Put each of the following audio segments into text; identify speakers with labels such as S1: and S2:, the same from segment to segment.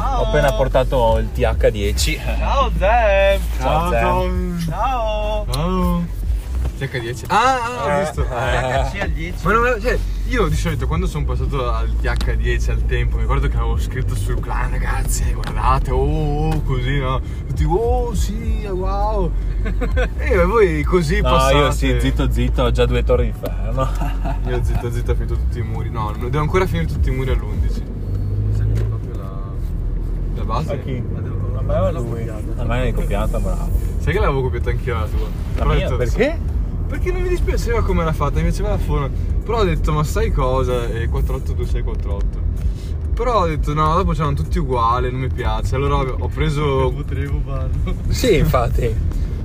S1: appena portato il TH10.
S2: Ciao Zem!
S1: Ciao,
S2: Ciao!
S3: Ciao. TH10.
S4: Ah, ah, ho
S3: Eh,
S4: visto.
S3: eh.
S2: Amici al 10.
S4: Ma non, cioè, io di solito quando sono passato al TH10 al tempo, mi ricordo che avevo scritto sul clan, ragazzi, guardate, oh, oh", così, no? Tutti, oh, sì, wow. e voi così
S1: No,
S4: passate.
S1: io sì, zitto zitto, ho già due torri di ferro.
S4: Io zitto, zitto, ho finito tutti i muri. No, non- devo ancora finire tutti i muri all'11. Sai che è proprio la, la base?
S1: A me o a lui? A me è copiata, bravo.
S4: Sai che l'avevo copiata anch'io la tua?
S1: La
S4: Però ho
S1: mia?
S4: detto-
S1: Perché?
S4: Perché non mi dispiaceva come l'ha fatta, mi piaceva la forma. Però ho detto, ma sai cosa? E 482648. Però ho detto, no, dopo c'erano tutti uguali, non mi piace. Allora ho preso.
S3: Potremmo farlo.
S1: Sì, infatti.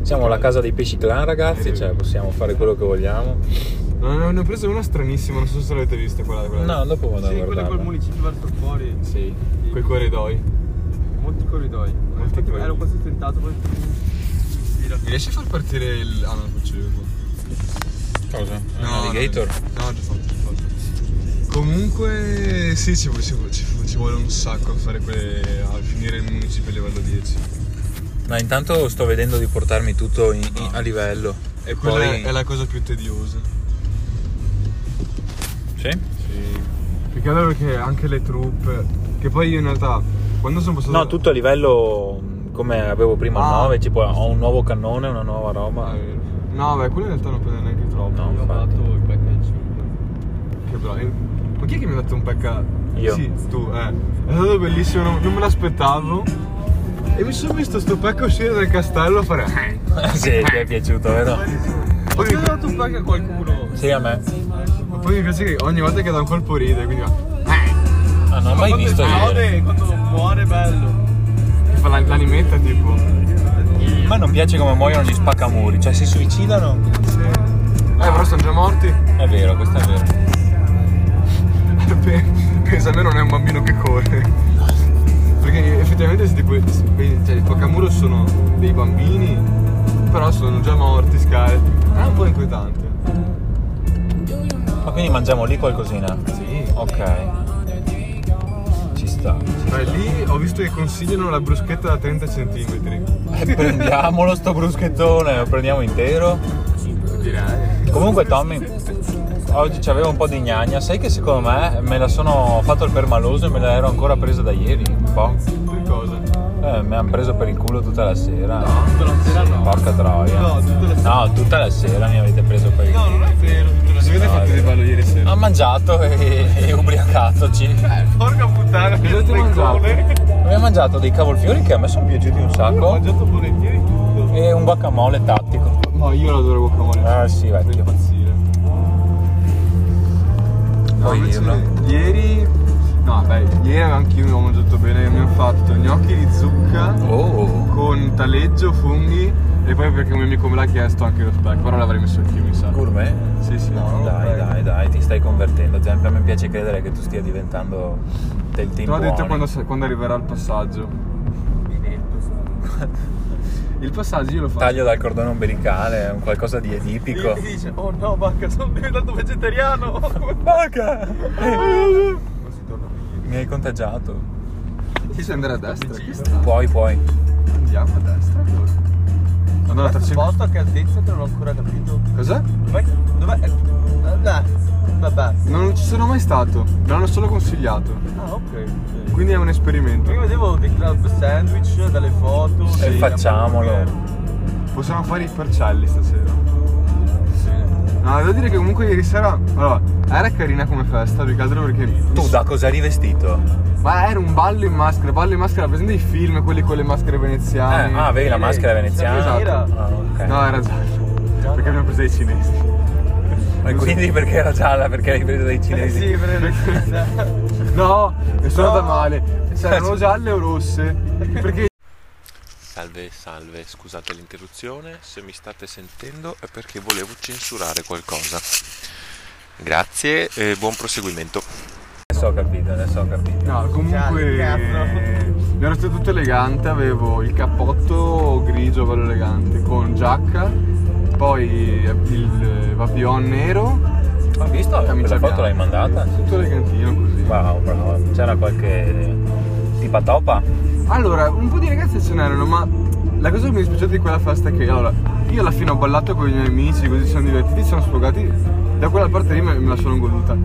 S1: Siamo la casa dei pesci clan, ragazzi, cioè possiamo fare quello che vogliamo.
S4: No, Eh, ne ne ho preso una stranissima, non so se l'avete vista quella. quella
S1: No, dopo vado a
S3: Sì, quella col
S1: guardarla.
S3: municipio verso fuori.
S4: Sì, quei corridoi.
S3: Molti corridoi. Infatti
S4: corridoi.
S3: ero quasi tentato poi.
S4: Mi riesci a far partire il. Ah, no, faccio io qua.
S1: Cosa?
S4: No,
S1: Navigator?
S4: No, no, già fatto, già fatto. Comunque, sì, ci, vu- ci vu- ci vu- ci vuole un sacco a fare quelle. a finire il municipio a livello 10.
S1: No, intanto sto vedendo di portarmi tutto in- in- a livello.
S4: E quella
S1: poi...
S4: è la cosa più tediosa.
S1: Sì?
S4: Sì. Perché allora perché anche le truppe. Che poi io in realtà. Quando sono passato.
S1: No, tutto a livello mh, come avevo prima al
S4: Ah. Eh,
S1: 9, tipo ho un nuovo cannone, una nuova roba.
S4: No, beh, quello in realtà non prende neanche troppo.
S1: No.
S3: Abbiamo
S1: infatti.
S3: dato il package 1.
S4: Che bravo. Ma chi è che mi ha dato un peccato?
S1: Io.
S4: Sì, tu, eh. È stato bellissimo, non, non me l'aspettavo. E mi sono visto sto pecca uscire dal castello a fare. eh.
S1: sì, ti è piaciuto, vero?
S3: Ho già dato un pack a qualcuno.
S1: Sì, a me.
S4: Ma poi mi piace che ogni volta che dà un colpo ride, quindi va.
S1: Ah, non ho mai visto ridere.
S3: ridere. Quando muore è bello.
S4: Fa la- l'animetta tipo. Eh,
S1: A me non piace come muoiono gli spaccamuri, cioè si suicidano.
S4: Eh, però sono già morti.
S1: È vero, questo è vero.
S4: Pe- Pensa a me non è un bambino che corre. Perché effettivamente se tipo, se- cioè, i Pakamuro sono dei bambini, però sono già morti, scarti. È un po' inquietante.
S1: Ma quindi mangiamo lì qualcosina?
S4: Sì.
S1: Ok. Ci sta.
S4: Ma lì ho visto che consigliano la bruschetta da 30 cm.
S1: Eh, prendiamolo sto bruschettone, lo prendiamo intero.
S4: Direi.
S1: Comunque Tommy, oggi c'avevo un po' di gnagna, sai che secondo me me la sono fatto il permaloso e me l'ero ancora presa da ieri, un po'.
S4: Per cosa?
S1: Eh, mi hanno preso per il culo tutta la sera.
S3: Tutta la sera no.
S1: Porca troia.
S3: No, tutta la sera.
S1: No, tutta la sera mi avete preso per il
S3: No,
S1: culo.
S3: non è vero. Tutta la
S4: Cosa avete
S3: sera.
S4: fatto di bello ieri sera?
S1: Ho mangiato e, e ubriacatoci.
S3: Porca puttana,
S4: Cosa
S3: che
S4: avete mangiato?
S1: Abbiamo mangiato dei cavolfiori che a me sono piaciuti un
S3: Ho
S1: sacco
S3: mangiato volentieri tutto.
S1: e un guacamole tattico.
S4: No, io l'adoro guacamole.
S1: Ah sì,
S4: Per
S1: vecchio.
S4: impazzire.
S1: Puoi
S4: invece
S1: dirlo.
S4: Ieri. No, beh, ieri anche io ho mangiato bene, mi ho fatto gnocchi di zucca.
S1: Oh.
S4: con taleggio, funghi e poi perché un mio amico me l'ha chiesto anche lo spec, però l'avrei messo anch'io mi sa.
S1: Gourmet?
S4: Sì, sì.
S1: No, dai, dai, dai, ti stai convertendo. Già, a me piace credere che tu stia diventando del
S4: Te
S1: team
S4: l'ho detto
S1: buoni.
S4: quando, quando arriverà il passaggio. Il passaggio io lo faccio.
S1: Taglio dal cordone ombelicale, è un qualcosa di edipico.
S3: Ti dice, oh no, vacca, sono diventato vegetariano.
S1: Porca!
S3: Così torna qui.
S1: Mi hai contagiato.
S4: Ti sei andare a destra? Che sta-
S1: Puoi, puoi.
S4: Andiamo a destra allora. Allora,
S3: Questo
S4: trascin-
S3: posto a che altezza che non ho ancora capito.
S4: Cos'è?
S3: Dov'è? Dov'è? Eh, dai, Vabbè.
S4: Non ci sono mai stato, me l'hanno solo consigliato.
S3: Ah, ok. ok.
S4: Quindi è un esperimento.
S3: Prima vedevo dei club sandwich, dalle foto.
S1: E
S3: dei
S1: facciamolo.
S3: hamburger.
S4: Possiamo fare i farcelli stasera.
S3: Sì.
S4: No, devo dire che comunque ieri sera. Allora, era carina come festa, più che altro perché.
S1: Tu da cosa eri vestito?
S4: Ma era un ballo in maschera, ballo in maschera, presente i film, quelli con le maschere veneziane.
S1: Eh, ah, avevi la
S3: sì,
S1: maschera
S3: sì,
S1: veneziana.
S3: era.
S1: Ah, ok.
S4: No, era giallo. Perché abbiamo preso dei cinesi.
S1: E quindi perché era gialla? Perché l'hai presa dai
S3: Eh,
S1: cinesi?
S3: sì, per le
S4: No, è sono
S3: No.
S4: andata male. C'erano gialle o rosse. Perché
S5: Salve, salve, scusate l'interruzione, se mi state sentendo è perché volevo censurare qualcosa. Grazie e buon proseguimento.
S1: Adesso ho capito, adesso ho capito.
S4: No, comunque.
S3: Gialle,
S4: Mi ero stato tutto elegante, avevo il cappotto grigio, bello elegante, con giacca, poi il papillon nero,
S1: Ho visto?
S4: Camicia
S1: Quella foto
S4: bianca.
S1: l'hai mandata?
S4: tutto elegantino così. Boh,
S1: Wow, bravo. C'era qualche tipa topa?
S4: Allora, un po' di ragazze suonarono, ma la cosa che mi è dispiaciata di quella festa è che, allora, io alla fine ho ballato con i miei amici, così ci siamo divertiti, ci siamo sfogati, da quella parte lì me, me la sono goduta.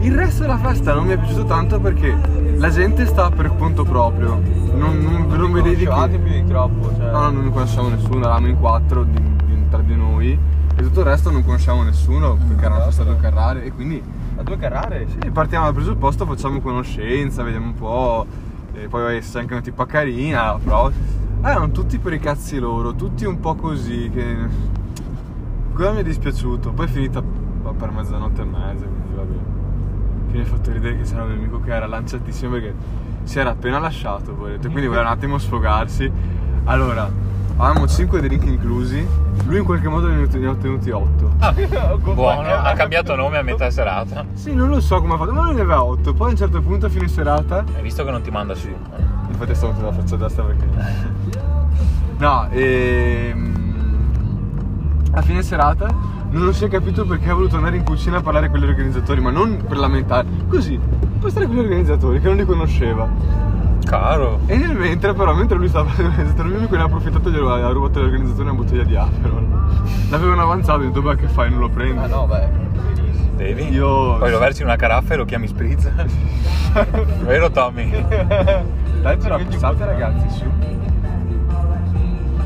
S4: Il resto della festa non mi è piaciuto tanto perché la gente sta per conto proprio, non, non, non vedevi
S3: conoscevate
S4: che-
S3: più di troppo, cioè.
S4: No, no, Ah, non conosciamo nessuno, eravamo in quattro di- di- tra di noi e tutto il resto non conosciamo nessuno perché era una festa due carrare e quindi
S3: A due carrare? Sì.
S4: sì, partiamo dal presupposto, facciamo conoscenza, vediamo un po', e poi vai, se c'è anche una tipa carina, la provi. Ah, erano tutti per i cazzi loro, tutti un po' così che... Quello mi è dispiaciuto, poi è finita per mezzanotte e mezza, quindi va bene. Che mi ha fatto ridere che c'era un mio amico che era lanciatissimo perché si era appena lasciato, poveretto, quindi voleva un attimo sfogarsi. Allora, avevamo 5 drink inclusi, lui in qualche modo ne ne ha ottenuti 8.
S1: Buono, ha cambiato nome a metà serata.
S4: Sì, non lo so come ha fatto, ma lui ne aveva 8, poi a un certo punto a fine serata
S1: Hai visto che non ti manda su.
S4: Infatti stavo sulla faccia destra perché. No, ehm, A fine serata non si è capito perché ha voluto andare in cucina a parlare con gli organizzatori, ma non per lamentare. Così, per stare con gli organizzatori che non li conosceva.
S1: Caro.
S4: E nel mentre, però, mentre lui stava con l'organizzatore, mio amico ne ha approfittato e gli ha ha rubato all'organizzatore una bottiglia di Aperol. L'avevano avanzato, e detto, beh, che fai, non lo prendi?
S3: Ah no, beh, verissimo.
S1: Devi?
S4: Io-
S1: Poi lo versi in una caraffa e lo chiami spritz. Vero Tommy?
S4: Dai, però, pensate, ragazzi, su.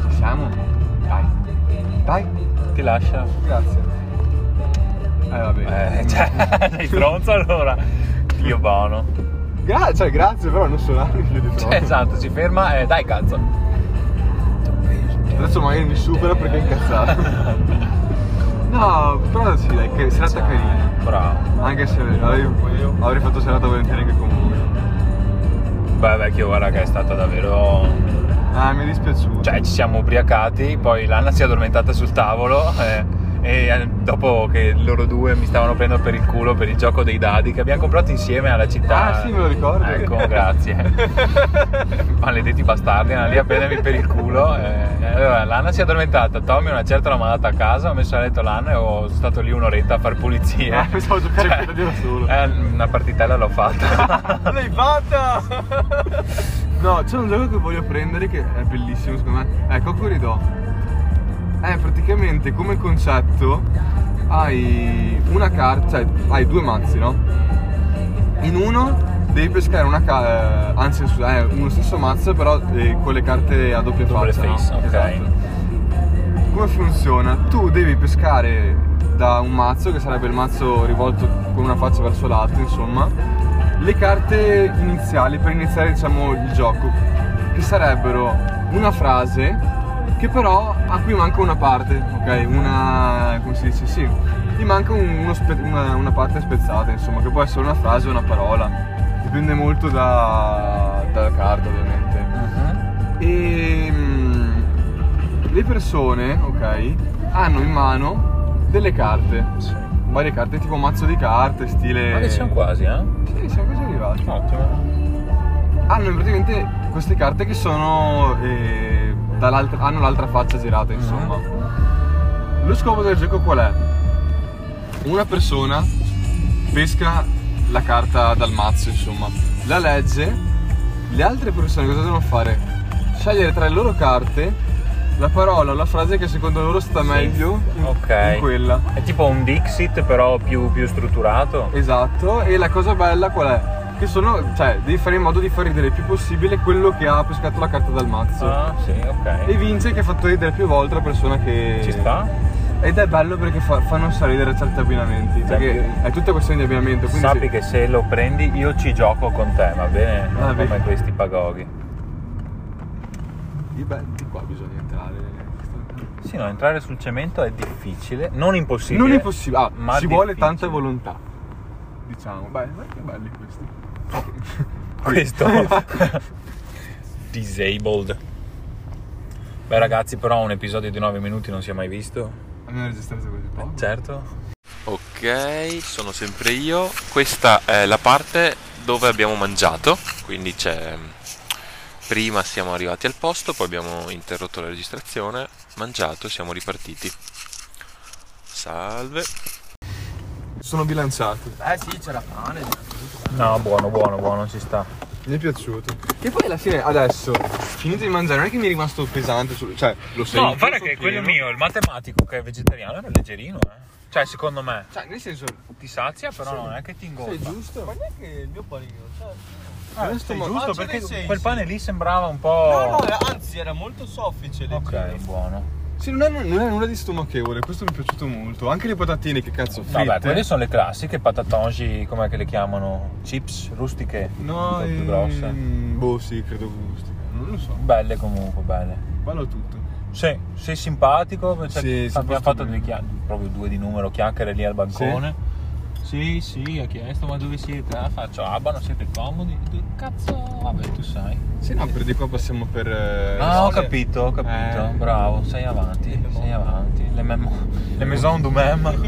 S4: Ci siamo? Dai. Dai.
S1: Ti lascia.
S4: Grazie. Eh vabbè.
S1: Eh, cioè, sei stronzo allora. Dio buono.
S4: Gra- cioè, grazie, però non suonare più di troppo.
S1: Cioè, esatto, si ferma e dai cazzo.
S4: Adesso magari mi supera perché è incazzato. no, però sì, dai, che serata carina.
S1: Eh, Bravo.
S4: Anche se avrei, avrei fatto serata volentieri anche con voi.
S1: Beh vecchio, guarda che è stata davvero...
S4: Ah, mi è dispiaciuto.
S1: Cioè ci siamo ubriacati, poi l'Anna si è addormentata sul tavolo eh, e eh, dopo che loro due mi stavano prendendo per il culo per il gioco dei dadi che abbiamo comprato insieme alla città.
S4: Ah, sì, me lo ricordo.
S1: Ecco, grazie. Maledetti bastardi, erano lì a prendermi per il culo. eh. Allora, l'Anna si è addormentata, Tommy una certa l'ha mandata a casa, ho messo a letto l'Anna e ho stato lì un'oretta a far pulizia.
S4: Ah, pensavo giocare a Palladium da solo.
S1: eh, una partitella l'ho fatta.
S3: L'hai fatta!
S4: No, c'è un gioco che voglio prendere che è bellissimo secondo me. È Cocoridò. È praticamente come concetto hai una carta, cioè hai due mazzi, no? In uno devi pescare una carta, anzi scusa, è uno stesso mazzo però eh, con le carte a doppia
S1: Double
S4: faccia. no? Esatto.
S1: face, ok.
S4: Come funziona? Tu devi pescare da un mazzo, che sarebbe il mazzo rivolto con una faccia verso l'alto, insomma, le carte iniziali per iniziare, diciamo, il gioco, che sarebbero una frase che però a cui manca una parte, ok? Una... come si dice? Sì, gli manca un- uno spe- una, una parte spezzata, insomma, che può essere una frase o una parola. Dipende molto da- dalla carta, ovviamente.
S1: Mhm.
S4: E mm, le persone, ok, hanno in mano delle carte. Varie carte, tipo mazzo di carte, stile.
S1: Ma che siamo quasi, eh?
S4: Sì, siamo quasi arrivati.
S1: Ottimo.
S4: Hanno praticamente queste carte che sono. eh, dall'altra- hanno l'altra faccia girata, insomma. Lo scopo del gioco qual è? Una persona pesca la carta dal mazzo, insomma, la legge. Le altre persone cosa devono fare? Scegliere tra le loro carte la parola o la frase che secondo loro sta meglio in,
S1: Ok.
S4: in quella.
S1: È tipo un Dixit però più, più strutturato.
S4: Esatto, e la cosa bella qual è? Che sono, cioè, devi fare in modo di far ridere il più possibile quello che ha pescato la carta dal mazzo.
S1: Ah, sì,
S4: E
S1: ok.
S4: vince che ha fatto ridere più volte la persona che.
S1: Ci sta?
S4: Ed è bello perché fa, fanno sorridere certi abbinamenti. Perché è tutta questione di abbinamento. Quindi
S1: Sappi
S4: se-
S1: che se lo prendi io ci gioco con te, va bene? Non
S4: Va bene.
S1: come questi pagoghi.
S4: Di, beh, di qua bisogna entrare. Non
S1: Sì, no, entrare sul cemento è difficile, non impossibile.
S4: è possibile. Ah,
S1: ma
S4: ci vuole
S1: difficile.
S4: tanta volontà. Diciamo, beh, guarda che belli questi.
S1: Questo. Disabled. Beh ragazzi, però un episodio di 9 minuti non si è mai visto.
S4: Abbiamo registrato così poco.
S1: Certo.
S5: Ok, sono sempre io. Questa è la parte dove abbiamo mangiato, quindi c'è prima siamo arrivati al posto, poi abbiamo interrotto la registrazione, mangiato e siamo ripartiti. Salve.
S4: Sono bilanciati.
S3: Eh sì, c'era pane.
S1: No, buono, buono, buono, ci sta.
S4: Mi è piaciuto. Che poi alla fine, adesso, finito di mangiare, non è che mi è rimasto pesante. sul- Cioè, lo sento.
S1: No, guarda che
S4: pieno.
S1: quello mio, il matematico che è vegetariano, era leggerino, eh. Cioè, secondo me,
S4: Cioè, nel senso,
S1: ti sazia, però non è che ti
S4: sei
S1: ingolfa.
S4: giusto?
S3: Ma neanche il mio panino, cioè...
S1: Ah,
S4: Questo
S1: sei
S4: ma-
S1: giusto,
S3: Ah, ce ne
S1: perché
S3: sei,
S1: quel
S3: sì.
S1: pane lì sembrava un po'...
S3: No, no, anzi, era molto soffice, leggero.
S1: ok, buono.
S4: Sì, non è, non è nulla di stomachevole, questo mi è piaciuto molto. Anche le patatine, che cazzo, fritte.
S1: Vabbè, quelle sono le classiche patatongi, come che le chiamano? Chips rustiche? Un
S4: No,
S1: po' più
S4: ehm,
S1: grosse.
S4: Boh, sì, credo gusti. Non lo so.
S1: Belle comunque, belle.
S4: Bello tutto.
S1: Sì, sei simpatico, cioè,
S4: Sì, si
S1: abbiamo
S4: posta
S1: fatto
S4: bene.
S1: due chia- proprio due di numero chiacchiere lì al balcone. Sì, sì, ha chiesto ma dove siete? Ah, faccio abano, siete comodi? Tu- Cazzo, vabbè tu sai.
S4: Sì, no, per di qua passiamo per. eh,
S1: Ah, ho
S4: le-
S1: capito, ho capito.
S4: Eh.
S1: Bravo, sei avanti, sei avanti. Le, memo- le maison du même.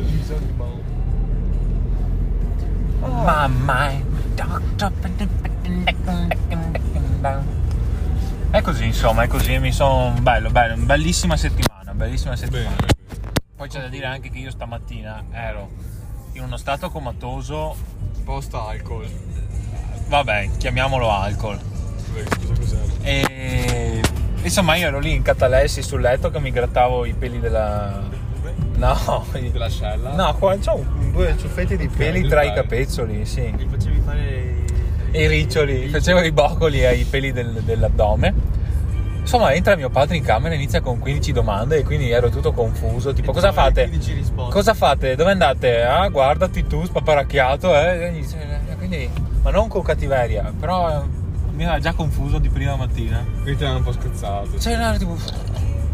S1: Ma mai. È così, insomma, è così. Mi sono bello, bello, bellissima settimana, bellissima settimana.
S4: Bene.
S1: Poi c'è da dire anche che io stamattina ero in uno stato comatoso,
S4: Posta alcol.
S1: vabbè, chiamiamolo alcol.
S4: Vabbè, Scusa cos'era.
S1: E insomma io ero lì in catalessi sul letto che mi grattavo i peli della... No, i-
S4: scella.
S1: no, qua c'ho un- due ciuffetti di peli
S4: del
S1: tra i
S4: pelo.
S1: capezzoli, sì.
S3: Mi facevi fare...
S1: e i riccioli, facevo i boccoli ai peli del- dell'addome. Insomma, entra mio padre in camera e inizia con 15 domande e quindi ero tutto confuso. Tipo,
S3: E
S1: cosa
S3: trovare
S1: fate?
S3: 15 risposte."
S1: Cosa fate? Dove andate? Ah, guardati tu, spaparacchiato, eh. E gli dice- e Quindi, ma non con cattiveria, però eh, mi aveva già confuso di prima mattina.
S4: Quindi ti hanno un po' scazzato.
S1: Cioè, no, tipo,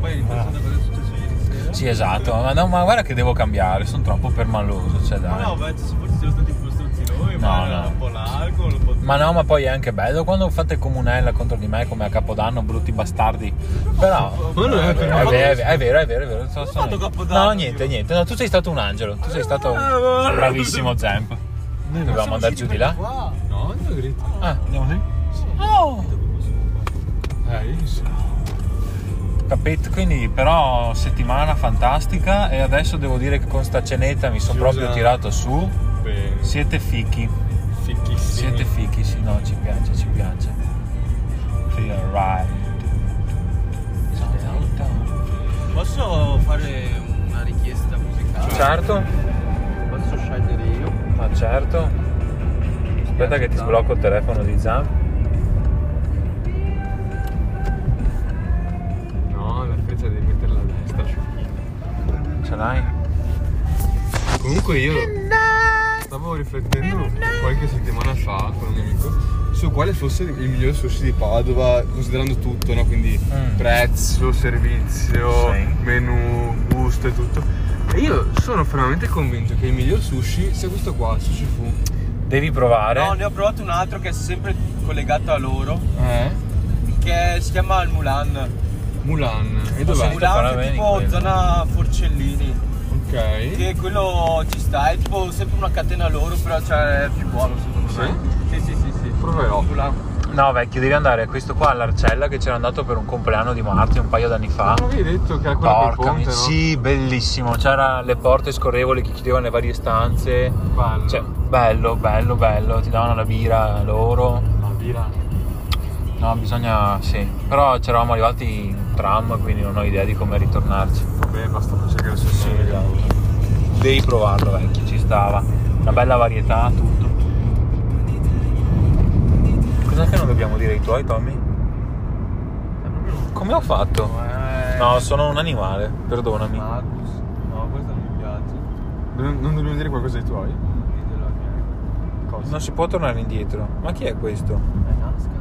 S3: Poi ripensando a cosa è successo ieri sera.
S1: sì, esatto, ma, no, ma guarda che devo cambiare, sono troppo permaloso, cioè,
S3: Ma
S1: dai.
S3: no, beh, ci- forse sono stati un po' stronzi noi,
S1: No,
S3: ma era
S1: no.
S3: un po' l'alcol, un po'...
S1: Ma no, ma poi è anche bello quando fate comunella contro di me come a Capodanno, brutti bastardi. Però.
S4: Ma non è per
S1: È vero, è vero, è vero, è vero. Sono- sono-
S3: fatto Capodanno,
S1: No, niente,
S3: io.
S1: niente. No, tu sei stato un angelo. Tu sei stato un bravissimo Zamp. Dovevamo andare giù di là.
S3: Qua.
S4: No, andiamo dritto.
S1: Ah, Oh. andiamo lì.
S4: Eh, io sì.
S1: Capito? Quindi, però, settimana fantastica. E adesso devo dire che con sta cenetta mi sono
S4: Chiusa.
S1: proprio tirato su.
S4: Bene.
S1: Siete fichi.
S4: Fichissimi.
S1: Siete fichi, sì, no, ci piace, ci piace. Feel right.
S3: Posso fare una richiesta musicale?
S1: Certo,
S3: Posso scegliere io?
S1: ma certo. Aspetta che ti sblocco il telefono di Zamp.
S4: No, la freccia devi metterla a destra. cioè.
S1: Ce l'hai?
S4: Comunque io stavo riflettendo qualche settimana fa con un mio amico su quale fosse il miglior sushi di Padova, considerando tutto, no? Quindi
S1: Mm.
S4: prezzo, servizio,
S1: Sì.
S4: menù, gusto e tutto. E io sono fermamente convinto che il miglior sushi sia questo qua, sushi fu.
S1: Devi provare.
S3: No, ne ho provato un altro che è sempre collegato a loro,
S4: Eh?
S3: che si chiama il Mulan. Cioè,
S4: Mulan. E
S1: Sì, Mulan.
S4: dov'è?
S3: Mulan
S1: parlava
S3: è
S1: di
S3: tipo
S1: quello.
S3: zona Forcellini.
S4: Ok.
S3: Che quello ci sta, è tipo sempre una catena loro, però cioè, è più buono secondo me. Sì, sì, sì, sì.
S4: Proverò.
S3: Mulan.
S1: No, vecchio, devi andare a questo qua all'Arcella che c'era andato per un compleanno di Marti un paio d'anni fa.
S4: Non avevi detto che era quello col
S1: Porca
S4: ponte,
S1: mi-
S4: no?
S1: Sì, bellissimo. C'era le porte scorrevoli che chiudevano le varie stanze.
S4: Bello.
S1: Cioè, bello, bello, bello. Ti davano la birra loro.
S4: La birra.
S1: No, bisogna. sì. Però c'eravamo arrivati in tram, quindi non ho idea di come ritornarci.
S4: Vabbè, basta non cercare il sushi.
S1: Eh.
S4: ragazzi.
S1: Devi provarlo, vecchio, ci stava. Una bella varietà, tutto. Cos'è che non dobbiamo dire ai tuoi, Tommy? Come ho fatto?
S3: Eh,
S1: No, sono un animale, perdonami.
S3: Magus. No, questo non mi piace.
S4: Non non dobbiamo dire qualcosa ai tuoi?
S3: Ditelo a me.
S1: Non si può tornare indietro. Ma chi è questo?
S3: È Nasca.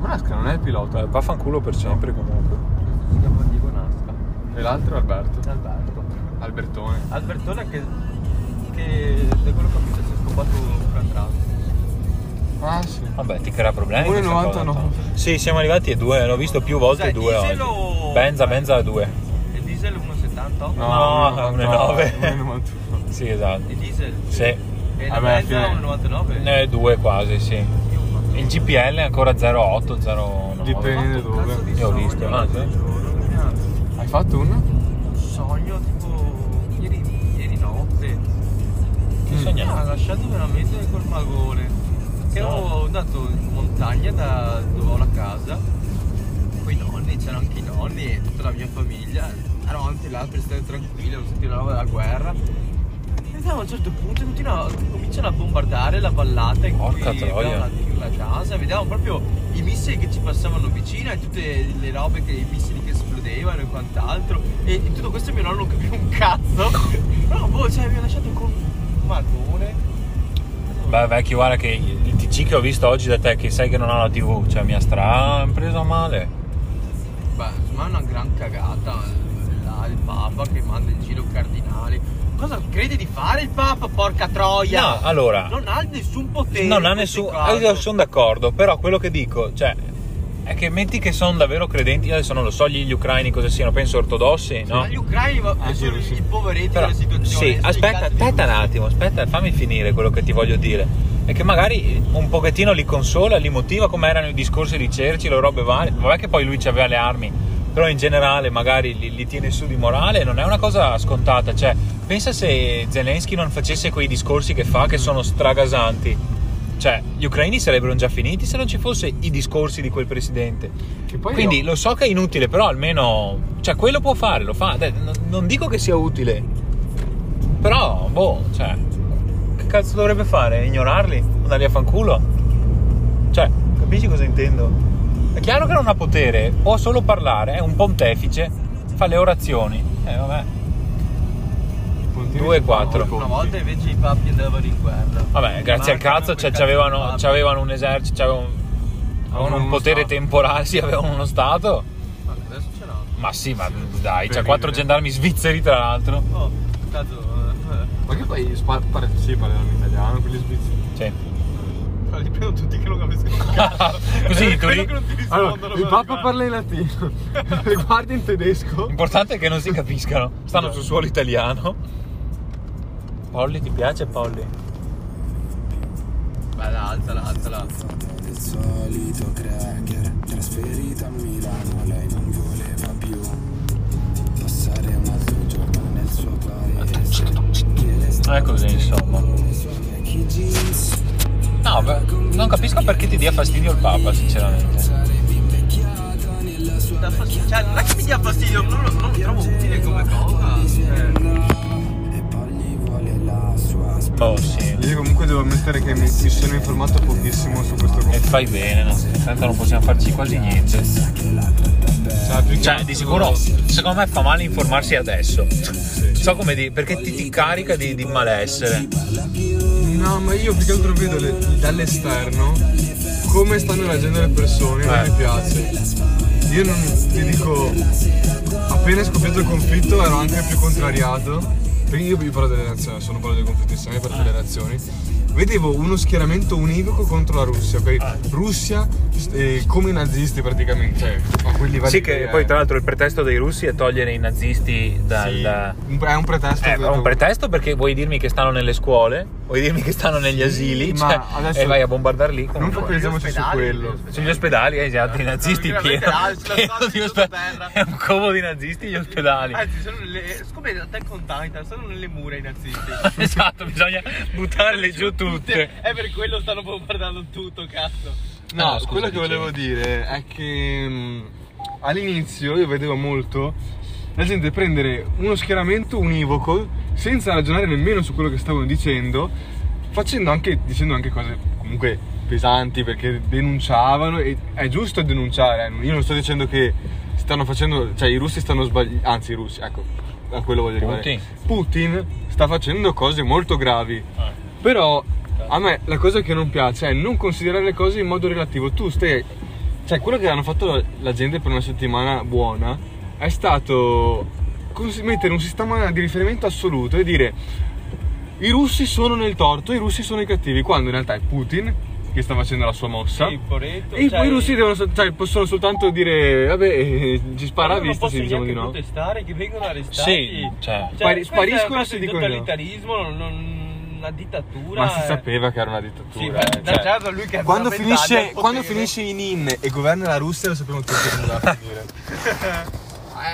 S4: Masca non è il pilota.
S1: Eh, Vaffanculo per sempre comunque.
S3: Questo si chiama Diego Nasca.
S4: E l'altro è Alberto.
S3: Alberto.
S4: Albertone.
S3: Albertone che, che da quello che ho visto si è scopato fra tram.
S4: Ah sì.
S1: Vabbè, ti crea problemi.
S4: Pure
S1: questa
S4: 90
S1: cosa,
S4: no.
S1: Tom. Sì, siamo arrivati a due, l'ho visto più volte
S3: Cioè,
S1: due oggi.
S3: diesel o-
S1: Benza, benza a due.
S3: E diesel 1,78?
S1: No,
S4: No,
S1: un 9.
S4: 1,91.
S1: Sì, esatto.
S3: E diesel?
S1: Sì.
S3: E
S4: Vabbè,
S3: la mezza
S4: fine.
S3: 1,99?
S1: Ne è due quasi, sì.
S3: Io ho fatto-
S1: Il GPL è ancora 0,8, 0,9.
S4: Dipende.
S3: ho fatto un cazzo di
S1: Io ho
S3: sogno
S1: visto, ah, sì.
S3: l'altro giorno, ragazzi.
S4: Hai fatto un?
S3: Un sogno tipo ieri, ieri notte.
S1: Che
S3: Mi ha
S1: sognavo?
S4: Mm.
S3: lasciato veramente col magone. ero andato in montagna da dove ho la casa, con i nonni, c'erano anche i nonni e tutta la mia famiglia. Eravamo anche là per stare tranquilli, non sentivamo la guerra. E a un certo punto continua- cominciano a bombardare la vallata in cui
S1: Porca troia.
S3: abbiamo la, la casa, vediamo proprio i missili che ci passavano vicino e tutte le robe che i missili che esplodevano e quant'altro. E in tutto questo mio nonno non capiva un cazzo. Però boh, cioè mi ha lasciato con un marrone.
S1: Beh, vecchio, guarda che il TC che ho visto oggi da te, che sai che non ha la TV, cioè mi ha stra preso male.
S3: Beh, insomma è una gran cagata là, il Papa che manda in giro cardinali. Cosa crede di fare il Papa, porca troia?
S1: No, allora.
S3: Non ha nessun potere.
S1: non ha
S3: in questo
S1: nessun.
S3: caso.
S1: ah, Io sono d'accordo, però quello che dico, cioè, è che metti che sono davvero credenti, io adesso non lo so gli ucraini cosa siano, penso ortodossi, no?
S3: Ma gli ucraini va-
S4: Ah, sì,
S3: sono
S4: sì.
S3: i poveretti
S1: Però-
S3: della situazione.
S1: sì, aspetta, aspetta un attimo, aspetta, fammi finire quello che ti voglio dire. È che magari un pochettino li consola, li motiva come erano i discorsi di Churchill o robe varie. Vabbè che poi lui ci aveva le armi, però in generale magari li, li tiene su di morale, non è una cosa scontata. Cioè, pensa se Zelensky non facesse quei discorsi che fa che sono stragasanti. Cioè, gli ucraini sarebbero già finiti se non ci fosse i discorsi di quel presidente.
S4: Che poi
S1: Quindi
S4: io-
S1: lo so che è inutile, però almeno. Cioè, quello può fare, lo fa. Dai, non- Non dico che sia utile. Però, boh, cioè. Che cazzo dovrebbe fare? Ignorarli? Andarli a fanculo? Cioè, capisci cosa intendo? È chiaro che non ha potere, può solo parlare, è un pontefice, fa le orazioni. Eh vabbè.
S4: Continui
S1: due e
S4: a fare
S1: quattro.
S4: conti.
S3: Una volta invece i papi andavano in guerra.
S1: Vabbè, grazie al cazzo cioè, c'avevano, c'avevano un esercito, c'avevano, avevano un
S4: Uno
S1: potere
S4: stato.
S1: temporale, sì, avevano uno Stato.
S3: Ma adesso ce l'hanno.
S1: Ma sì, ma dai, c'ha
S4: per
S1: quattro
S4: vivere.
S1: gendarmi svizzeri tra l'altro.
S3: Oh, tanto. eh,
S4: Ma che poi spa- pare- sì, parlavano italiano, quelli svizzeri.
S1: Sì.
S3: eh, Li prendo tutti che non capiscono un cazzo.
S1: Così, tu
S3: Quello
S1: lì.
S3: che non ti rispondono.
S4: Allora, il
S3: quello
S4: papa
S3: che-
S4: parla in latino, le guardie in tedesco.
S1: L'importante è che non si capiscano. Stanno sul suolo italiano. Polly, ti piace Polly?
S3: Bella, alzala, alzala.
S6: del solito cracker trasferita a Milano lei non voleva più passare un altro giorno nel suo paese chiede
S1: Non è così, insomma.
S6: i suoi vecchi jeans
S1: No, beh, non capisco perché ti dia fastidio il Papa, sinceramente.
S6: sarebbe invecchiata nella sua
S3: Dà fastidio- Cioè, non è che mi dia fastidio, non lo, non lo trovo utile come cosa. Cioè,
S6: e poi gli vuole la sua sp-
S1: Oh, sì.
S4: Io comunque devo ammettere che mi, mi sono informato pochissimo su questo
S1: E
S4: conflitto.
S1: fai bene, no? Tanto non possiamo farci quasi niente. Cioè, di sicuro, secondo me fa male informarsi adesso. So come dire, perché ti, ti carica di, di malessere.
S4: No, ma io più che altro vedo le- dall'esterno come stanno reagendo le persone, non
S1: Eh.
S4: mi piace. Io non ti dico, appena è scoppiato il conflitto ero anche più contrariato, perché io vi parlo delle nazioni, sono parlo del conflitto insieme per le nazioni. Vedevo uno schieramento univoco contro la Russia, ok? Russia eh, come i nazisti praticamente, cioè a quelli livelli
S1: Sì, che
S4: è-
S1: poi tra l'altro il pretesto dei russi è togliere i nazisti
S4: sì,
S1: dal.
S4: un- è un pretesto.
S1: Eh,
S4: per-
S1: un pretesto perché vuoi dirmi che stanno nelle scuole, vuoi dirmi che stanno negli asili,
S4: ma
S1: cioè,
S4: adesso-
S1: e vai a bombardare lì.
S4: Non
S1: comunque.
S4: focalizziamoci su
S3: ospedali,
S4: quello.
S3: gli
S1: Sugli ospedali, eh, esatto, i nazisti
S3: veramente
S1: pieno,
S3: là, sulla
S1: pieno
S3: strada
S1: di Eh,
S3: sottoterra.
S1: ospedali. È un covo di nazisti gli ospedali.
S3: Anzi, Eh, sono nelle. Siccome in realtà è container, sono nelle mura i nazisti.
S1: Esatto, bisogna buttarle giù tutte.
S3: È per quello stanno bombardando tutto, cazzo.
S4: No,
S1: Ah, scusa,
S4: quello che
S1: dicevi.
S4: volevo dire è che mh, all'inizio io vedevo molto la gente prendere uno schieramento univoco senza ragionare nemmeno su quello che stavano dicendo, facendo anche, dicendo anche cose comunque pesanti perché denunciavano e è giusto denunciare, eh, io non sto dicendo che stanno facendo, cioè i russi stanno sbagliando, anzi i russi, ecco, a quello voglio arrivare.
S1: Putin.
S4: Putin sta facendo cose molto gravi. Però a me la cosa che non piace è non considerare le cose in modo relativo. Tu stai. Cioè, quello che hanno fatto la- la gente per una settimana buona è stato cons- mettere un sistema di riferimento assoluto e dire i russi sono nel torto, i russi sono i cattivi, quando in realtà è Putin che sta facendo la sua mossa.
S3: Sì, poretto,
S4: e
S3: cioè-
S4: poi i russi devono, sol- cioè, possono soltanto dire, vabbè, eh, ci spara a
S3: Loro non
S4: vista se
S3: possono
S4: diciamo di
S3: neanche
S4: no.
S3: protestare, che vengono arrestati.
S1: Sì, cioè.
S4: Spari-
S3: questo
S4: spariscono
S3: è un caso
S4: se
S3: di
S4: dicono no.
S3: totalitarismo, non- non- una dittatura.
S4: Ma si
S3: eh.
S4: sapeva che era una
S3: Sì,
S4: dittatura.
S3: ma
S4: eh, cioè.
S3: già da lui che aveva vent'anni
S4: quando
S3: al
S4: finisce,
S3: potere.
S4: quando finisce in in e governa la Russia lo sappiamo tutti come andrà a finire.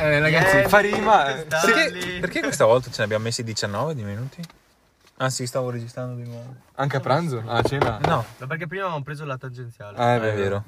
S4: Eh, ragazzi,
S3: Eh,
S4: fa rima. eh.
S3: Dai.
S1: Perché, perché questa volta ce ne abbiamo messi 19 di minuti? Ah sì, stavo registrando di nuovo.
S4: Anche a pranzo? Ah, A cena?
S1: No,
S3: No, perché prima avevamo preso la tangenziale.
S4: Ah,
S1: è vero.